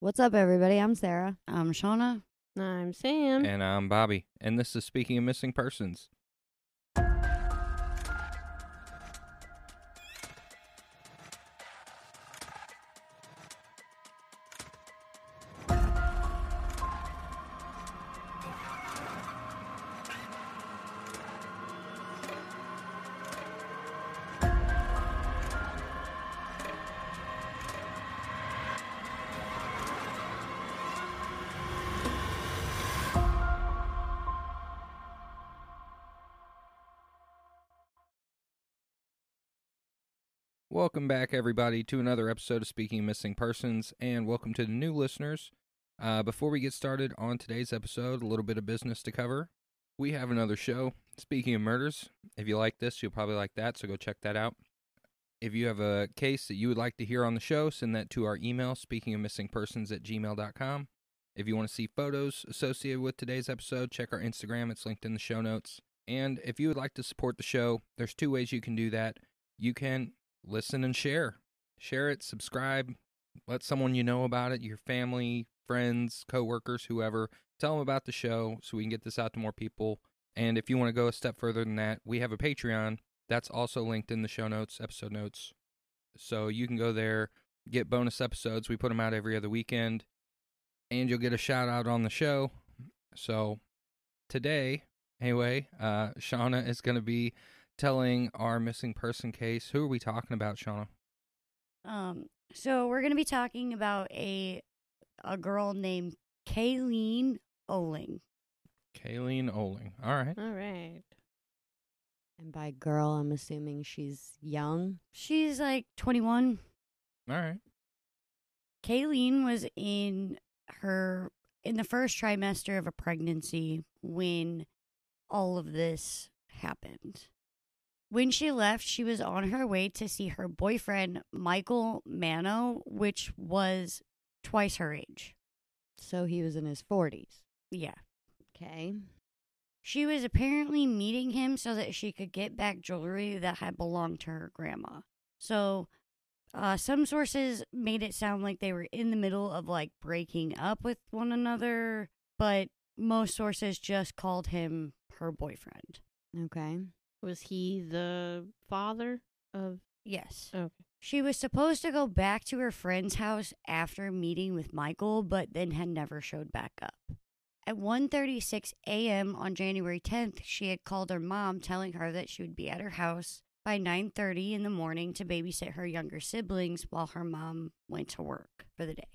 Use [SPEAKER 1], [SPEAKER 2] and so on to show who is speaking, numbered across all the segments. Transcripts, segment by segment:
[SPEAKER 1] What's up, everybody? I'm Sarah.
[SPEAKER 2] I'm Shauna.
[SPEAKER 1] I'm Sam.
[SPEAKER 3] And I'm Bobby. And this is Speaking of Missing Persons. Welcome back, everybody, to another episode of Speaking of Missing Persons, and welcome to the new listeners. Uh, before we get started on today's episode, a little bit of business to cover. We have another show, Speaking of Murders. If you like this, you'll probably like that, so go check that out. If you have a case that you would like to hear on the show, send that to our email, speakingofmissingpersons at gmail.com. If you want to see photos associated with today's episode, check our Instagram. It's linked in the show notes. And if you would like to support the show, there's two ways you can do that. You can listen and share. Share it, subscribe, let someone you know about it, your family, friends, coworkers, whoever. Tell them about the show so we can get this out to more people. And if you want to go a step further than that, we have a Patreon that's also linked in the show notes, episode notes. So you can go there, get bonus episodes. We put them out every other weekend, and you'll get a shout out on the show. So today, anyway, uh, Shauna is going to be telling our missing person case. Who are we talking about, Shauna?
[SPEAKER 2] Um, so we're gonna be talking about a a girl named Kayleen Oling.
[SPEAKER 3] Kayleen Oling. All right.
[SPEAKER 1] All right.
[SPEAKER 4] And by girl, I'm assuming she's young.
[SPEAKER 2] She's like 21.
[SPEAKER 3] All right.
[SPEAKER 2] Kayleen was in her in the first trimester of a pregnancy when all of this happened. When she left, she was on her way to see her boyfriend, Michael Mano, which was twice her age.
[SPEAKER 4] So he was in his 40s.
[SPEAKER 2] Yeah.
[SPEAKER 4] Okay.
[SPEAKER 2] She was apparently meeting him so that she could get back jewelry that had belonged to her grandma. So, uh, some sources made it sound like they were in the middle of like breaking up with one another, but most sources just called him her boyfriend.
[SPEAKER 4] Okay.
[SPEAKER 1] Was he the father of?
[SPEAKER 2] Yes.
[SPEAKER 1] Okay.
[SPEAKER 2] She was supposed to go back to her friend's house after meeting with Michael, but then had never showed back up. At 1:36 a.m. on January 10th, she had called her mom telling her that she would be at her house by 9:30 in the morning to babysit her younger siblings while her mom went to work for the day.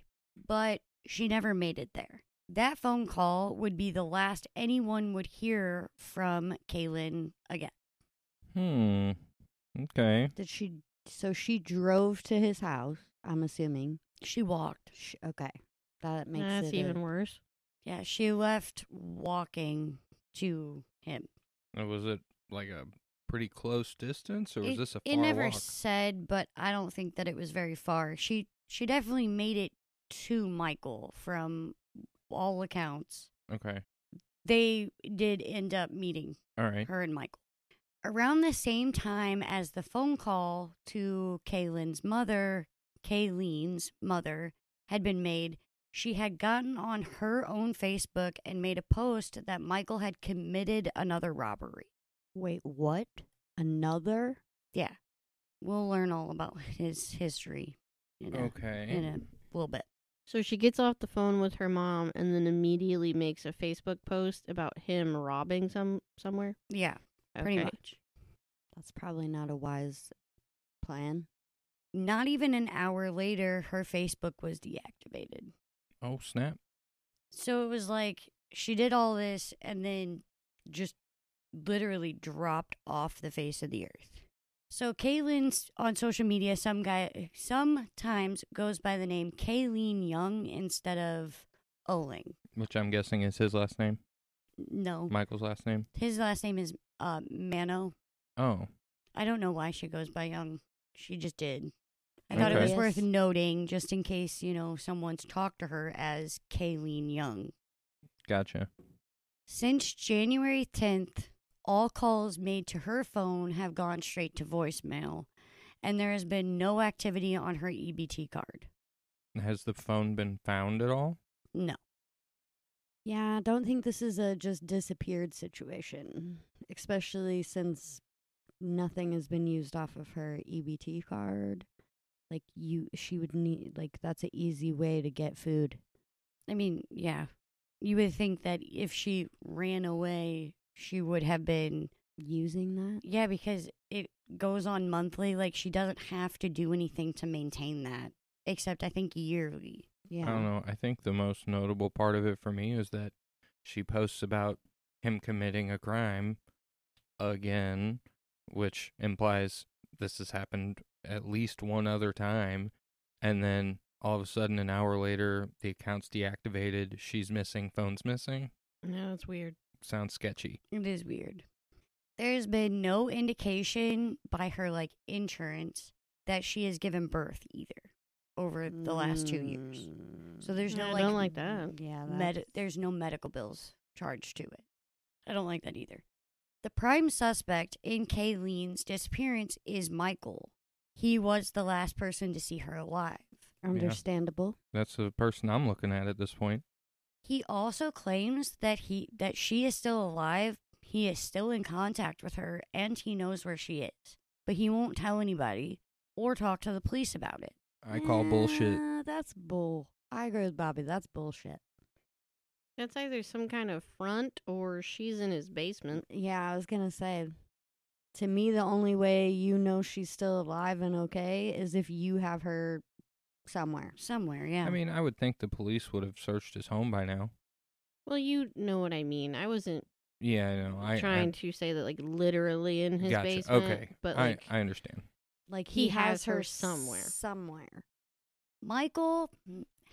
[SPEAKER 2] But she never made it there. That phone call would be the last anyone would hear from Kaylin again.
[SPEAKER 3] Hmm. Okay.
[SPEAKER 4] Did she? So she drove to his house. I'm assuming.
[SPEAKER 2] She walked.
[SPEAKER 4] Sh okay. That makes
[SPEAKER 1] That's
[SPEAKER 4] it
[SPEAKER 1] even
[SPEAKER 4] a-
[SPEAKER 1] worse.
[SPEAKER 2] Yeah, she left walking to him.
[SPEAKER 3] Uh, Was it like a pretty close distance, or was
[SPEAKER 2] it,
[SPEAKER 3] this a far
[SPEAKER 2] it never
[SPEAKER 3] walk?
[SPEAKER 2] said, but I don't think that it was very far. She she definitely made it to Michael from all accounts.
[SPEAKER 3] okay.
[SPEAKER 2] They did end up meeting
[SPEAKER 3] All right.
[SPEAKER 2] her and Michael. Around the same time as the phone call to Kaylin's mother, Kayleen's mother, had been made, she had gotten on her own Facebook and made a post that Michael had committed another robbery.
[SPEAKER 4] Wait, what? Another?
[SPEAKER 2] Yeah. We'll learn all about his history in a,
[SPEAKER 3] Okay.
[SPEAKER 2] in a little bit.
[SPEAKER 1] So she gets off the phone with her mom and then immediately makes a Facebook post about him robbing some somewhere.
[SPEAKER 2] Yeah, pretty
[SPEAKER 1] Okay.
[SPEAKER 2] much.
[SPEAKER 4] That's probably not a wise plan.
[SPEAKER 2] Not even an hour later, her Facebook was deactivated.
[SPEAKER 3] Oh snap!
[SPEAKER 2] So it was like she did all this and then just literally dropped off the face of the earth. So Kaylin's on social media. Some guy sometimes goes by the name Kaylin Young instead of Oling.
[SPEAKER 3] Which I'm guessing is his last name,
[SPEAKER 2] No,
[SPEAKER 3] Michael's last name.
[SPEAKER 2] his last name is uh, Mano.
[SPEAKER 3] Oh,
[SPEAKER 2] I don't know why she goes by Young. She just did. I thought it
[SPEAKER 3] Okay.
[SPEAKER 2] was worth
[SPEAKER 4] Yes.
[SPEAKER 2] noting just in case you know someone's talked to her as Kayleen Young.
[SPEAKER 3] gotcha.
[SPEAKER 2] Since January 10th, all calls made to her phone have gone straight to voicemail, and there has been no activity on her EBT card.
[SPEAKER 3] Has the phone been found at all?
[SPEAKER 2] No.
[SPEAKER 4] Yeah, I don't think this is a just disappeared situation, especially since nothing has been used off of her
[SPEAKER 2] E
[SPEAKER 4] EBT card. Like you she would need like that's an easy way to get food.
[SPEAKER 2] I mean, yeah. You would think that if she ran away, she would have been.
[SPEAKER 4] Using that?
[SPEAKER 2] Yeah, because it goes on monthly. Like, she doesn't have to do anything to maintain that, except I think yearly.
[SPEAKER 4] Yeah.
[SPEAKER 3] I don't know. I think the most notable part of it for me is that she posts about him committing a crime again, which implies this has happened at least one other time. And then all of a sudden, an hour later, the account's deactivated. She's missing. Phone's missing.
[SPEAKER 1] No, it's weird.
[SPEAKER 3] Sounds sketchy.
[SPEAKER 2] It is weird. There's been no indication by her like insurance that she has given birth either over the last two years. So there's no
[SPEAKER 1] Mm, I
[SPEAKER 2] like,
[SPEAKER 1] don't like that.
[SPEAKER 4] Yeah,
[SPEAKER 2] med- there's no medical bills charged to it. I don't like that either. The prime suspect in Kayleen's disappearance is Michael. He was the last person to see her alive.
[SPEAKER 4] understandable.
[SPEAKER 3] That's the person I'm looking at at this point.
[SPEAKER 2] He also claims that he that she is still alive. He is still in contact with her and he knows where she is. But he won't tell anybody or talk to the police about it.
[SPEAKER 3] I call bullshit.
[SPEAKER 1] Mm,
[SPEAKER 4] Ah, that's bull. I agree with Bobby. That's bullshit.
[SPEAKER 1] That's either some kind of front or she's in his basement.
[SPEAKER 4] Yeah, I was gonna say. To me, the only way you know she's still alive and okay is if you have her somewhere.
[SPEAKER 2] Somewhere, yeah.
[SPEAKER 3] I mean, I would think the police would have searched his home by now.
[SPEAKER 1] Well, you know what I mean. I wasn't
[SPEAKER 3] Yeah, I know. I, I-
[SPEAKER 1] trying to say that like literally in his
[SPEAKER 3] gotcha.
[SPEAKER 1] basement.
[SPEAKER 3] okay.
[SPEAKER 1] But
[SPEAKER 3] I,
[SPEAKER 1] like
[SPEAKER 3] I understand.
[SPEAKER 4] Like
[SPEAKER 1] He has her somewhere.
[SPEAKER 4] Somewhere.
[SPEAKER 2] Michael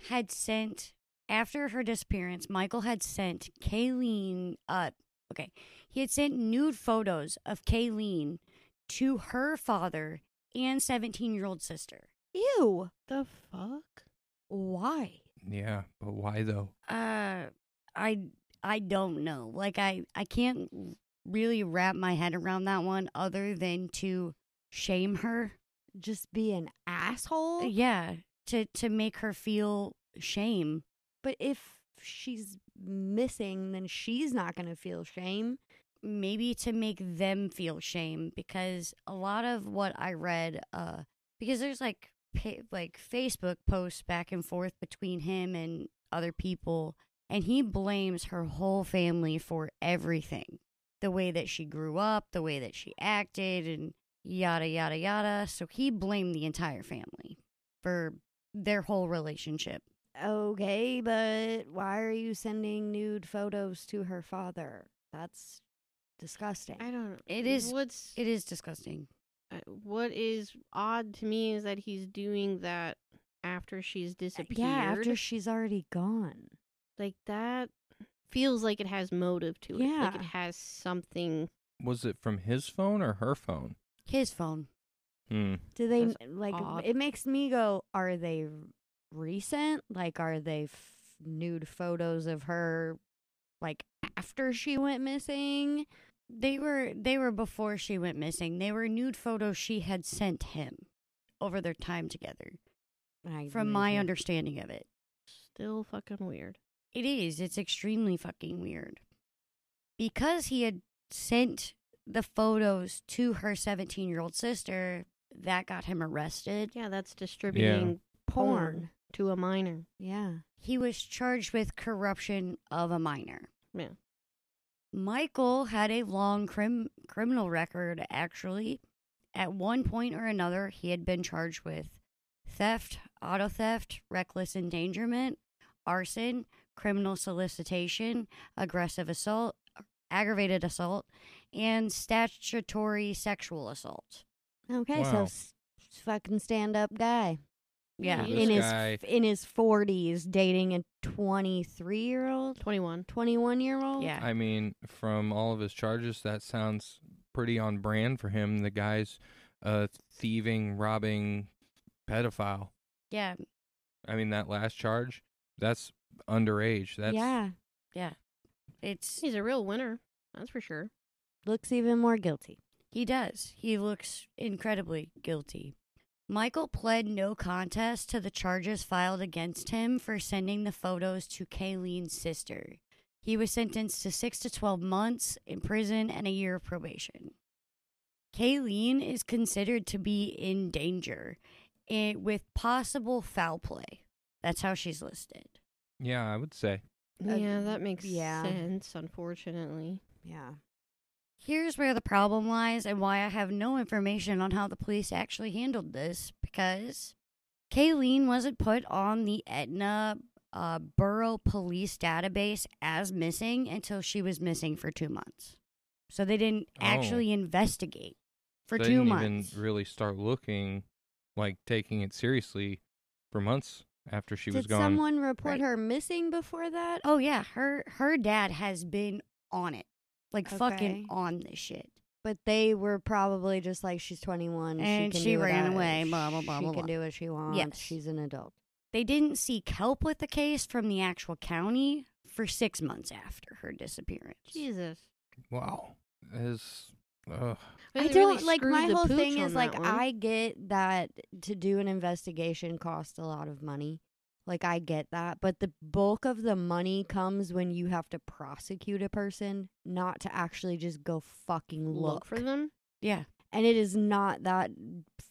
[SPEAKER 2] had sent after her disappearance, Michael had sent Kayleen uh okay. He had sent nude photos of Kayleen to her father and seventeen year old sister.
[SPEAKER 4] Ew.
[SPEAKER 1] the fuck?
[SPEAKER 4] Why?
[SPEAKER 3] Yeah, but why though?
[SPEAKER 2] Uh, I I don't know. Like I I can't really wrap my head around that one other than to shame her.
[SPEAKER 4] Just be an asshole?
[SPEAKER 2] Yeah, to to make her feel shame.
[SPEAKER 4] But if she's missing, then she's not gonna feel shame.
[SPEAKER 2] Maybe to make them feel shame because a lot of what I read uh because there's like pa- like Facebook posts back and forth between him and other people and he blames her whole family for everything. The way that she grew up, the way that she acted and yada yada yada. So he blamed the entire family for their whole relationship.
[SPEAKER 4] Okay, but why are you sending nude photos to her father? That's disgusting.
[SPEAKER 1] I don't.
[SPEAKER 2] It is-
[SPEAKER 1] What's
[SPEAKER 2] It is disgusting.
[SPEAKER 1] I- what is odd to me is that he's doing that after she's disappeared.
[SPEAKER 4] Uh, yeah, after she's already gone.
[SPEAKER 1] like that feels like it has motive to it. Like
[SPEAKER 4] Yeah.
[SPEAKER 1] it has something.
[SPEAKER 3] Was it from his phone or her phone?
[SPEAKER 2] His phone.
[SPEAKER 3] Hmm.
[SPEAKER 4] Do they
[SPEAKER 1] That's
[SPEAKER 4] m- like?
[SPEAKER 1] odd.
[SPEAKER 4] It makes me go. Are they r- recent? Like, are they f- nude photos of her, like after she went missing?
[SPEAKER 2] They were they were before she went missing. They were nude photos she had sent him over their time together.
[SPEAKER 4] I
[SPEAKER 2] From my understanding of it.
[SPEAKER 1] Still fucking weird.
[SPEAKER 2] It is. It's extremely fucking weird. Because he had sent the photos to her 17 year old sister, that got him arrested.
[SPEAKER 1] Yeah, that's distributing porn
[SPEAKER 4] porn.
[SPEAKER 1] to a minor.
[SPEAKER 4] Yeah,
[SPEAKER 2] He was charged with corruption of a minor.
[SPEAKER 1] Yeah.
[SPEAKER 2] Michael had a long crim- criminal record, actually. At one point or another, he had been charged with theft, auto theft, reckless endangerment, arson, criminal solicitation, aggressive assault, aggravated assault, and statutory sexual assault.
[SPEAKER 4] Okay, so
[SPEAKER 3] Wow.
[SPEAKER 4] s- fucking stand up guy
[SPEAKER 2] Yeah.
[SPEAKER 3] This
[SPEAKER 4] in his
[SPEAKER 3] guy-
[SPEAKER 4] f- in his forties, dating a twenty three year old,
[SPEAKER 1] 21.
[SPEAKER 4] twenty one year old.
[SPEAKER 2] Yeah.
[SPEAKER 3] I mean, from all of his charges, that sounds pretty on brand for him. The guy's a thieving, robbing pedophile.
[SPEAKER 2] Yeah.
[SPEAKER 3] I mean, that last charge, that's underage. That's
[SPEAKER 4] yeah,
[SPEAKER 2] It's
[SPEAKER 1] He's a real winner. That's for sure.
[SPEAKER 4] looks even more guilty.
[SPEAKER 2] he does. He looks incredibly guilty. Michael pled no contest to the charges filed against him for sending the photos to Kayleen's sister. He was sentenced to 6 to 12 months in prison and a year of probation. Kayleen is considered to be in danger eh, with possible foul play. That's how she's listed.
[SPEAKER 3] yeah, I would say.
[SPEAKER 4] Uh,
[SPEAKER 1] yeah, that makes
[SPEAKER 4] yeah.
[SPEAKER 1] sense, unfortunately.
[SPEAKER 4] Yeah,
[SPEAKER 2] Here's where the problem lies and why I have no information on how the police actually handled this because Kayleen wasn't put on the Etna uh, Borough Police database as missing until she was missing for two months. So they didn't
[SPEAKER 3] Oh.
[SPEAKER 2] actually investigate for
[SPEAKER 3] they
[SPEAKER 2] 2
[SPEAKER 3] didn't
[SPEAKER 2] months.
[SPEAKER 3] even really start looking like taking it seriously for months after she
[SPEAKER 4] did
[SPEAKER 3] was gone.
[SPEAKER 4] someone report
[SPEAKER 2] Right.
[SPEAKER 4] her missing before that?
[SPEAKER 2] oh yeah, her her dad has been on it, like
[SPEAKER 4] Okay.
[SPEAKER 2] fucking on this shit.
[SPEAKER 4] But they were probably just like, she's twenty one,
[SPEAKER 2] And
[SPEAKER 4] she can
[SPEAKER 2] she
[SPEAKER 4] do
[SPEAKER 2] ran
[SPEAKER 4] without-
[SPEAKER 2] away, blah, blah, blah,
[SPEAKER 4] She
[SPEAKER 2] blah,
[SPEAKER 4] can
[SPEAKER 2] blah.
[SPEAKER 4] do what she wants.
[SPEAKER 2] Yes.
[SPEAKER 4] she's an adult.
[SPEAKER 2] They didn't seek help with the case from the actual county for six months after her disappearance.
[SPEAKER 1] Jesus.
[SPEAKER 3] wow. Is ugh.
[SPEAKER 4] I
[SPEAKER 1] They really
[SPEAKER 4] don't like
[SPEAKER 1] screwed
[SPEAKER 4] my
[SPEAKER 1] the
[SPEAKER 4] whole
[SPEAKER 1] pooch
[SPEAKER 4] thing
[SPEAKER 1] on
[SPEAKER 4] is like
[SPEAKER 1] that one.
[SPEAKER 4] I get that to do an investigation costs a lot of money. Like I get that, but the bulk of the money comes when you have to prosecute a person, not to actually just go fucking look.
[SPEAKER 1] look. for them.
[SPEAKER 2] Yeah.
[SPEAKER 4] And it is not that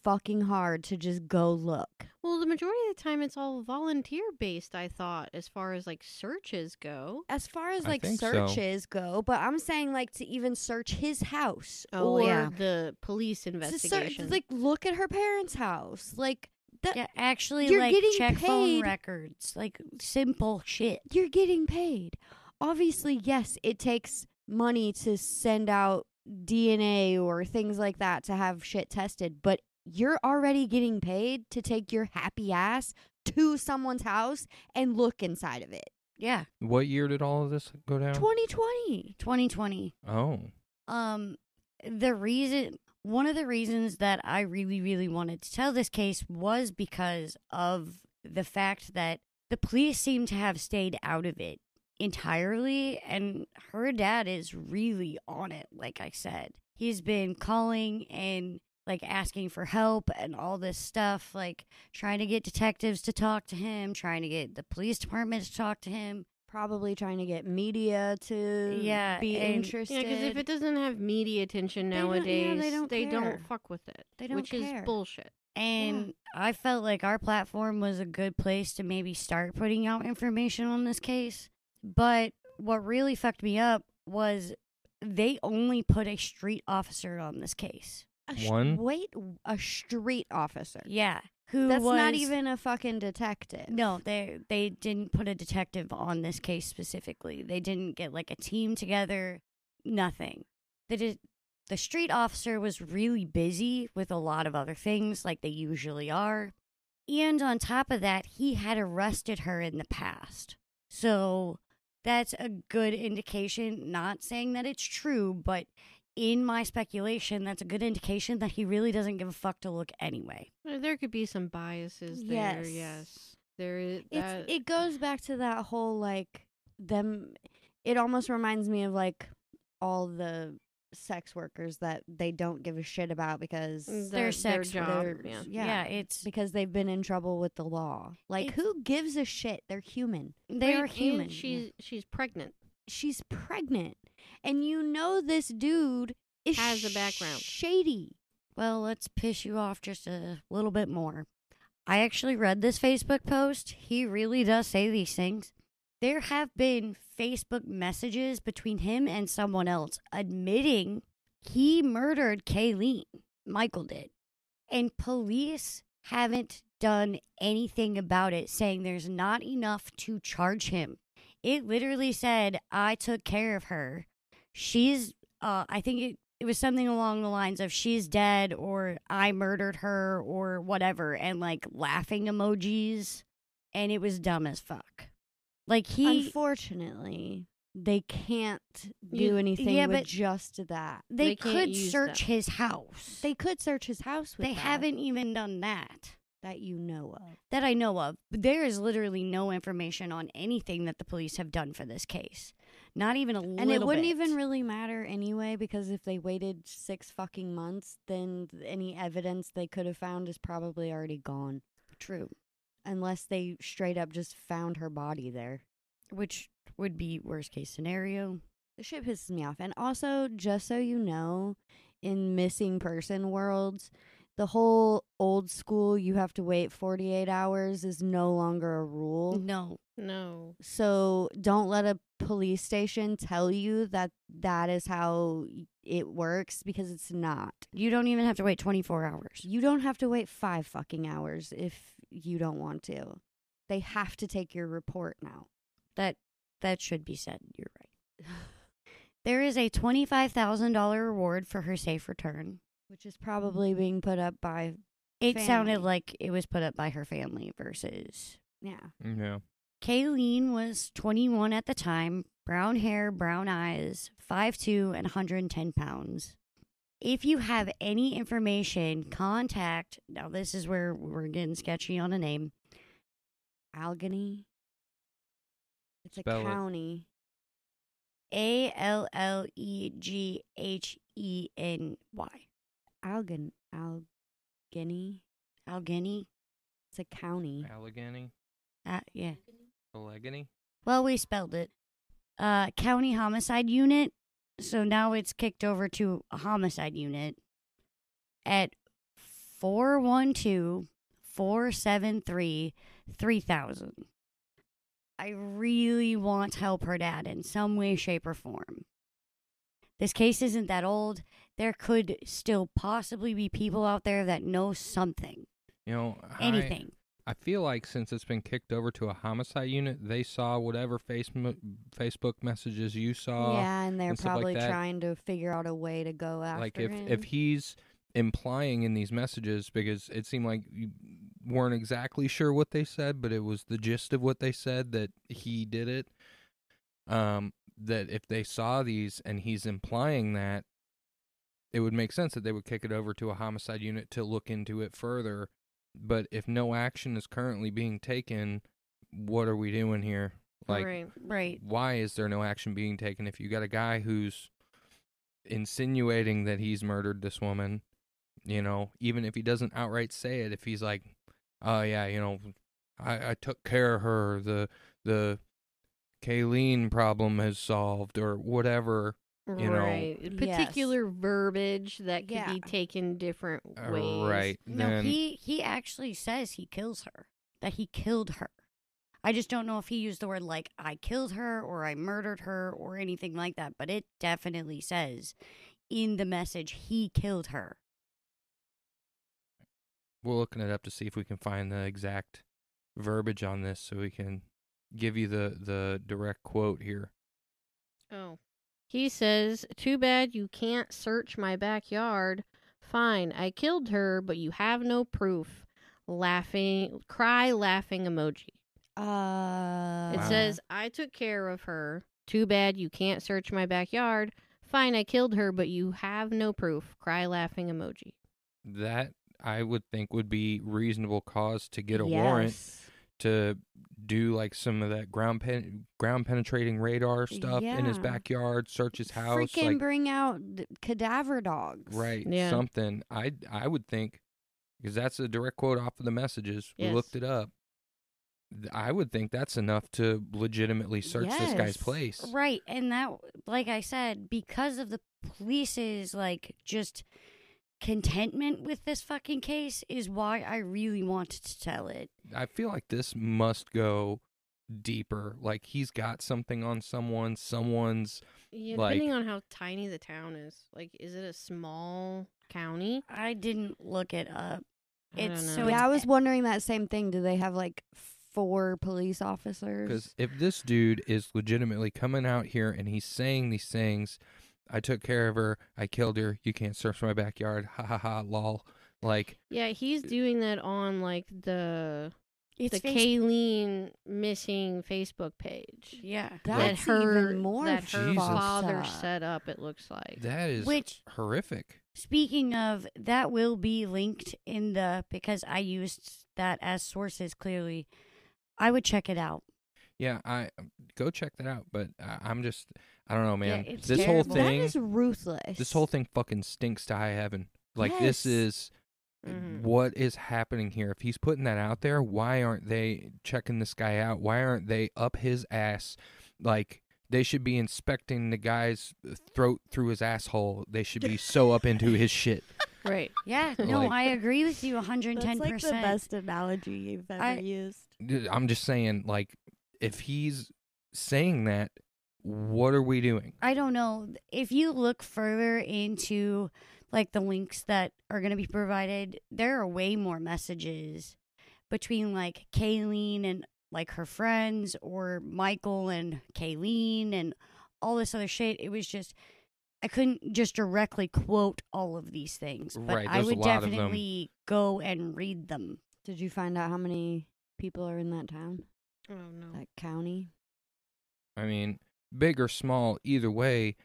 [SPEAKER 4] fucking hard to just go look.
[SPEAKER 1] Well, the majority of the time it's all volunteer based, I thought, as far as like searches go.
[SPEAKER 4] As far as
[SPEAKER 3] I
[SPEAKER 4] like
[SPEAKER 3] think so.
[SPEAKER 4] searches go, but I'm saying like to even search his house
[SPEAKER 1] Oh,
[SPEAKER 4] or
[SPEAKER 1] yeah. The police
[SPEAKER 4] to search,
[SPEAKER 1] investigation.
[SPEAKER 4] like look at her parents' house, like that.
[SPEAKER 2] Yeah, actually,
[SPEAKER 4] You're
[SPEAKER 2] like
[SPEAKER 4] getting
[SPEAKER 2] check phone
[SPEAKER 4] paid.
[SPEAKER 2] records, like simple shit.
[SPEAKER 4] you're getting paid. Obviously, yes, it takes money to send out DNA or things like that to have shit tested, but you're already getting paid to take your happy ass to someone's house and look inside of it.
[SPEAKER 2] Yeah,
[SPEAKER 3] What year did all of this go down?
[SPEAKER 4] 2020.
[SPEAKER 2] 2020.
[SPEAKER 3] Oh,
[SPEAKER 2] Um, the reason, one of the reasons that I really, really wanted to tell this case was because of the fact that the police seem to have stayed out of it entirely, and her dad is really on it. Like I said, he's been calling and like asking for help and all this stuff, like trying to get detectives to talk to him, trying to get the police department to talk to him.
[SPEAKER 4] Probably trying to get media to
[SPEAKER 2] Yeah,
[SPEAKER 4] be
[SPEAKER 2] and- Yeah, 'cause
[SPEAKER 4] interested.
[SPEAKER 1] yeah, because if it doesn't have media attention
[SPEAKER 4] They don't- yeah, they
[SPEAKER 1] nowadays,
[SPEAKER 4] don't care.
[SPEAKER 1] fuck with it.
[SPEAKER 4] They don't
[SPEAKER 1] which
[SPEAKER 4] care.
[SPEAKER 1] is bullshit.
[SPEAKER 2] And I felt like our platform was a good place to maybe start putting out information on this case. But what really fucked me up was they only put a street officer on this case.
[SPEAKER 4] a sh-
[SPEAKER 3] One.
[SPEAKER 4] wait, a street officer.
[SPEAKER 2] Yeah. Who
[SPEAKER 4] That's not
[SPEAKER 2] was-
[SPEAKER 4] even a fucking detective.
[SPEAKER 2] No, they they didn't put a detective on this case specifically. They didn't get like a team together. Nothing. They did. The street officer was really busy with a lot of other things, like they usually are. And on top of that, he had arrested her in the past. So that's a good indication. Not saying that it's true, but in my speculation, that's a good indication that he really doesn't give a fuck to look anyway.
[SPEAKER 1] Uh, There could be some biases there.
[SPEAKER 4] Yes.
[SPEAKER 1] Yes, there is.
[SPEAKER 4] it's,
[SPEAKER 1] That,
[SPEAKER 4] it goes back to that whole like them it almost reminds me of like all the sex workers that they don't give a shit about because
[SPEAKER 2] Their
[SPEAKER 1] Mm. Their- their
[SPEAKER 2] sex
[SPEAKER 1] job,
[SPEAKER 2] workers.
[SPEAKER 1] yeah.
[SPEAKER 2] yeah,
[SPEAKER 4] Yeah.
[SPEAKER 2] it's
[SPEAKER 4] because they've been in trouble with the law like
[SPEAKER 2] It's-
[SPEAKER 4] who gives a shit they're human
[SPEAKER 2] they
[SPEAKER 1] Right,
[SPEAKER 2] are
[SPEAKER 1] and
[SPEAKER 2] human.
[SPEAKER 1] She's she's pregnant.
[SPEAKER 4] she's pregnant and you know this dude is
[SPEAKER 1] Has a background.
[SPEAKER 4] shady
[SPEAKER 2] Well, let's piss you off just a little bit more. I actually read this Facebook post. He really does say these things. There have been Facebook messages between him and someone else admitting he murdered Kayleen. Michael did. And police haven't done anything about it, saying there's not enough to charge him. It literally said, I took care of her. She's, uh, I think it it was something along the lines of she's dead or I murdered her or whatever and like laughing emojis and it was dumb as fuck. Like he
[SPEAKER 4] Unfortunately, they can't do
[SPEAKER 1] You-
[SPEAKER 4] anything
[SPEAKER 2] yeah,
[SPEAKER 4] with
[SPEAKER 2] but-
[SPEAKER 4] just that.
[SPEAKER 2] they,
[SPEAKER 1] they can't
[SPEAKER 2] could
[SPEAKER 1] use
[SPEAKER 2] search
[SPEAKER 1] them.
[SPEAKER 2] his house.
[SPEAKER 4] They could search his house with
[SPEAKER 2] they
[SPEAKER 4] that,
[SPEAKER 2] haven't even done that
[SPEAKER 4] that you know of.
[SPEAKER 2] that I know of. But there is literally no information on anything that the police have done for this case. Not even a little
[SPEAKER 4] And it wouldn't
[SPEAKER 2] bit.
[SPEAKER 4] even really matter anyway because if they waited 6 fucking months, then th- any evidence they could have found is probably already gone
[SPEAKER 2] true,
[SPEAKER 4] unless they straight up just found her body there.
[SPEAKER 2] which would be worst case scenario.
[SPEAKER 4] The shit pisses me off. And also, just so you know, in missing person worlds, the whole old school you have to wait 48 hours is no longer a rule.
[SPEAKER 2] No,
[SPEAKER 1] No.
[SPEAKER 4] So don't let a police station tell you that that is how y- it works because it's not.
[SPEAKER 2] you don't even have to wait 24 hours.
[SPEAKER 4] You don't have to wait five fucking hours if you don't want to. They have to take your report now.
[SPEAKER 2] That that should be said. You're right. there is a $25,000 reward for her safe return.
[SPEAKER 4] Which is probably being put up by,
[SPEAKER 2] It sounded
[SPEAKER 4] Family.
[SPEAKER 2] like it was put up by her family versus
[SPEAKER 4] yeah.
[SPEAKER 3] Yeah.
[SPEAKER 2] Kayleen was 21 at the time, brown hair, brown eyes, 5'2, and 110 pounds. If you have any information, contact. Now, this is where we're getting sketchy on a name.
[SPEAKER 4] Allegheny. It's
[SPEAKER 3] Spell
[SPEAKER 4] a
[SPEAKER 3] it.
[SPEAKER 4] county.
[SPEAKER 2] A L L E G H E N Y.
[SPEAKER 4] Algan Allegheny.
[SPEAKER 2] Allegheny?
[SPEAKER 4] It's a county.
[SPEAKER 3] Allegheny?
[SPEAKER 2] Uh, yeah.
[SPEAKER 3] Allegheny?
[SPEAKER 2] Well, we spelled it. Uh, County Homicide Unit. So now it's kicked over to a homicide unit at 412 473 3000. I really want to help her dad in some way, shape, or form. This case isn't that old. There could still possibly be people out there that know something,
[SPEAKER 3] You know, I-
[SPEAKER 2] anything.
[SPEAKER 3] I feel like since it's been kicked over to a homicide unit, they saw whatever Facebook Facebook messages you
[SPEAKER 1] Uh,
[SPEAKER 3] saw.
[SPEAKER 4] yeah, and they're
[SPEAKER 3] and stuff like
[SPEAKER 4] probably
[SPEAKER 3] that.
[SPEAKER 4] trying to figure out a way to go after
[SPEAKER 3] like if
[SPEAKER 4] him.
[SPEAKER 3] if he's implying in these messages because it seemed like you weren't exactly sure what they said, but it was the gist of what they said that he did it. Um, that if they saw these and he's implying that, it would make sense that they would kick it over to a homicide unit to look into it further. But if no action is currently being taken, what are we doing here? Like,
[SPEAKER 1] right.
[SPEAKER 2] Right.
[SPEAKER 3] why is there no action being taken if you got a guy who's insinuating that he's murdered this woman you know even if he doesn't outright say it if he's like oh yeah you know i, I took care of her the the kayleen problem is solved or whatever You know,
[SPEAKER 1] right. Particular verbiage that could
[SPEAKER 4] Yeah.
[SPEAKER 1] be taken different
[SPEAKER 3] Uh,
[SPEAKER 1] ways.
[SPEAKER 3] right
[SPEAKER 2] No,
[SPEAKER 3] then
[SPEAKER 2] he he actually says he kills her. That he killed her. I just don't know if he used the word like I killed her or I murdered her or anything like that, but it definitely says in the message he killed her.
[SPEAKER 3] we're looking it up to see if we can find the exact verbiage on this so we can give you the the direct quote here
[SPEAKER 1] Oh. He says, Too bad you can't search my backyard. Fine, I killed her, but you have no proof. Laughing, cry laughing emoji.
[SPEAKER 4] uh,
[SPEAKER 1] It
[SPEAKER 3] Wow.
[SPEAKER 1] says, I took care of her. Too bad you can't search my backyard. Fine, I killed her, but you have no proof. Cry laughing emoji.
[SPEAKER 3] that i would think would be reasonable cause to get a warrant to do like some of that ground pen- ground penetrating radar stuff in his
[SPEAKER 4] Yeah.
[SPEAKER 3] backyard, search his house,
[SPEAKER 4] Freaking
[SPEAKER 3] like
[SPEAKER 4] bring
[SPEAKER 1] Oh,
[SPEAKER 4] out d- cadaver dogs.
[SPEAKER 3] right
[SPEAKER 1] Yeah.
[SPEAKER 3] something. I I would think because that's a direct quote off of the messages. We looked
[SPEAKER 1] Yes.
[SPEAKER 3] it up. Th- I would think that's enough to legitimately search this guy's
[SPEAKER 4] Yes.
[SPEAKER 3] place.
[SPEAKER 2] Right. And that like I said, because of the police's like just contentment with this fucking case is why I really wanted to tell it.
[SPEAKER 3] I feel like this must go deeper. Like he's got something on someone. Someone's
[SPEAKER 1] Yeah,
[SPEAKER 3] Like-
[SPEAKER 1] depending on how tiny the town is. Like, is it a small county?
[SPEAKER 2] I didn't look it up.
[SPEAKER 1] I don't
[SPEAKER 2] It's
[SPEAKER 1] know.
[SPEAKER 2] so
[SPEAKER 4] yeah,
[SPEAKER 2] it's-
[SPEAKER 4] I was wondering that same thing. Do they have like four police officers?
[SPEAKER 3] because if this dude is legitimately coming out here and he's saying these things, I took care of her. I killed her. You can't search my backyard. Ha ha ha. Lol. Like,
[SPEAKER 1] Yeah, he's doing that on like the
[SPEAKER 2] It's
[SPEAKER 1] the
[SPEAKER 2] face-
[SPEAKER 1] Kayleen missing Facebook page
[SPEAKER 2] Yeah.
[SPEAKER 1] that
[SPEAKER 4] That's
[SPEAKER 1] her
[SPEAKER 4] even more
[SPEAKER 1] that her
[SPEAKER 3] Jesus.
[SPEAKER 1] father
[SPEAKER 4] fucked up.
[SPEAKER 1] set up. It looks like
[SPEAKER 3] that is
[SPEAKER 2] Which-
[SPEAKER 3] horrific.
[SPEAKER 2] Speaking of, that will be linked in the because I used that as sources clearly. I would check it out.
[SPEAKER 3] Yeah, I go check that out. But I, I'm just, I don't know, man.
[SPEAKER 2] it's
[SPEAKER 3] this
[SPEAKER 2] terrible.
[SPEAKER 3] whole
[SPEAKER 4] That
[SPEAKER 3] thing,
[SPEAKER 4] is ruthless.
[SPEAKER 3] this whole thing fucking stinks to high heaven. Like, this
[SPEAKER 4] Yes.
[SPEAKER 3] is
[SPEAKER 1] Mhm.
[SPEAKER 3] what is happening here. If he's putting that out there, why aren't they checking this guy out? Why aren't they up his ass? Like, they should be inspecting the guy's throat through his asshole. They should be so up into his shit.
[SPEAKER 1] right.
[SPEAKER 2] Yeah, no,
[SPEAKER 3] Like-
[SPEAKER 2] I agree with you 110%.
[SPEAKER 4] That's like the best analogy you've ever
[SPEAKER 2] I-
[SPEAKER 4] used.
[SPEAKER 3] Dude, I'm just saying, like, if he's saying that, what are we doing?
[SPEAKER 2] I don't know. If you look further into like the links that are going to be provided, there are way more messages between like Kayleen and like her friends or Michael and Kayleen and all this other shit. It was just I couldn't just directly quote all of these things, but
[SPEAKER 3] Right,
[SPEAKER 2] I
[SPEAKER 3] there's a
[SPEAKER 2] would
[SPEAKER 3] lot of them.
[SPEAKER 2] definitely go and read them.
[SPEAKER 4] Did you find out how many people are in that town,
[SPEAKER 1] Oh no.
[SPEAKER 4] that county?
[SPEAKER 3] I mean, big or small, either way,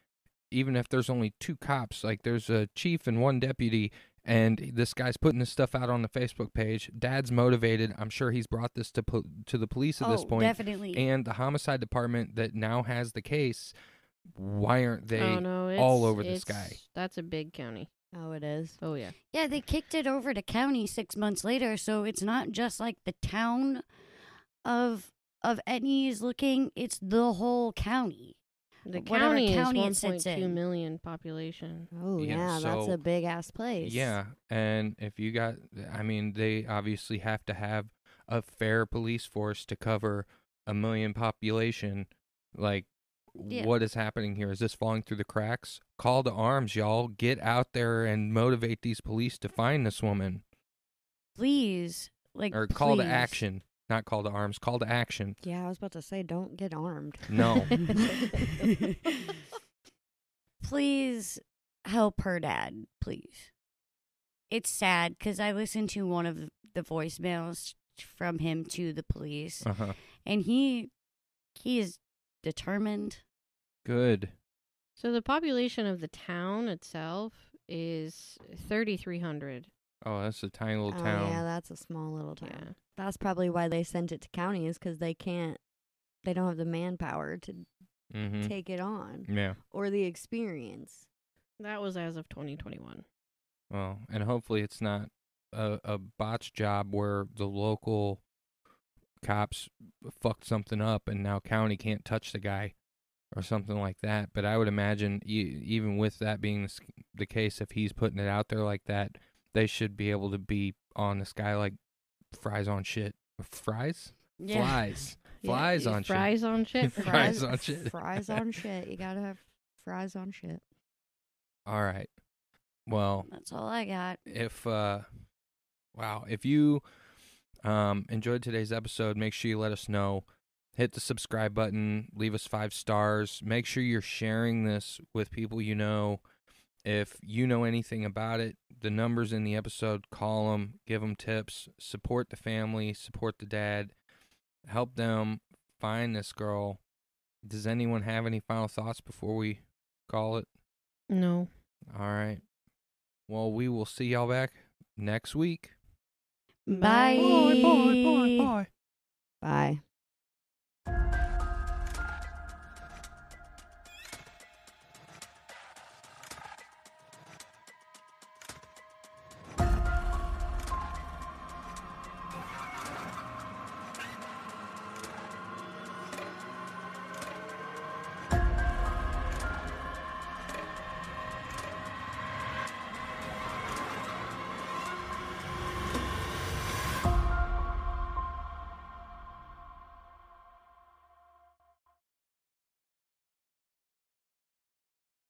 [SPEAKER 3] even if there's only two cops, like there's a chief and one deputy, and this guy's putting this stuff out on the Facebook page. Dad's motivated. I'm sure he's brought this to po- to the police at this
[SPEAKER 2] oh,
[SPEAKER 3] point,
[SPEAKER 2] definitely.
[SPEAKER 3] and the homicide department that now has the case. Why aren't they?
[SPEAKER 1] oh no. It's,
[SPEAKER 3] all over this
[SPEAKER 1] it's-
[SPEAKER 3] guy.
[SPEAKER 1] That's a big county.
[SPEAKER 4] Oh, it is.
[SPEAKER 1] Oh yeah.
[SPEAKER 2] Yeah, they kicked it over to county six months later, so it's not just like the town of of Etney is looking; it's the whole county.
[SPEAKER 1] The
[SPEAKER 2] Whatever
[SPEAKER 1] county,
[SPEAKER 2] county it
[SPEAKER 1] is
[SPEAKER 2] sits
[SPEAKER 1] 1.2
[SPEAKER 2] in.
[SPEAKER 1] million population.
[SPEAKER 4] Oh
[SPEAKER 3] Yeah,
[SPEAKER 4] yeah, that's
[SPEAKER 3] so-
[SPEAKER 4] a big ass place.
[SPEAKER 3] Yeah, and if you got, I mean, they obviously have to have a fair police force to cover a million population. Like,
[SPEAKER 2] Yeah.
[SPEAKER 3] what is happening here? Is this falling through the cracks? Call to arms, y'all! Get out there and motivate these police to find this woman,
[SPEAKER 2] Please, like
[SPEAKER 3] or call to
[SPEAKER 2] please.
[SPEAKER 3] action, not call to arms, call to action.
[SPEAKER 4] Yeah, I was about to say, don't get armed.
[SPEAKER 3] No.
[SPEAKER 2] please help her dad, please. It's sad because I listened to one of the voicemails from him to the police,
[SPEAKER 3] Uh huh.
[SPEAKER 2] and he he is determined.
[SPEAKER 3] Good.
[SPEAKER 1] So the population of the town itself is 3,300.
[SPEAKER 3] Oh, that's a tiny little
[SPEAKER 4] oh,
[SPEAKER 3] town.
[SPEAKER 4] yeah, that's a small little town.
[SPEAKER 1] Yeah.
[SPEAKER 4] That's probably why they sent it to county is because they can't, they don't have the manpower to
[SPEAKER 3] mm-hmm.
[SPEAKER 4] take it on
[SPEAKER 3] Yeah.
[SPEAKER 4] or the experience.
[SPEAKER 1] That was as of 2021.
[SPEAKER 3] Well, and hopefully it's not a, a botch job where the local cops fucked something up and now county can't touch the guy or something like that. But I would imagine e- even with that being the, s- the case, if he's putting it out there like that, they should be able to be on this guy like fries on shit. Fries? Flies. Flies on shit.
[SPEAKER 1] Fries on shit.
[SPEAKER 3] Fries
[SPEAKER 1] Fries.
[SPEAKER 3] on shit.
[SPEAKER 4] Fries on shit. You gotta have fries on shit.
[SPEAKER 3] All right. Well,
[SPEAKER 2] That's all I got.
[SPEAKER 3] if uh wow if you um enjoyed today's episode make sure you let us know hit the subscribe button leave us five stars make sure you're sharing this with people you know if you know anything about it the numbers in the episode call them give them tips support the family support the dad help them find this girl does anyone have any final thoughts before we call it
[SPEAKER 1] No.
[SPEAKER 3] all right. Well, we will see y'all back next week.
[SPEAKER 2] Bye.
[SPEAKER 4] Bye.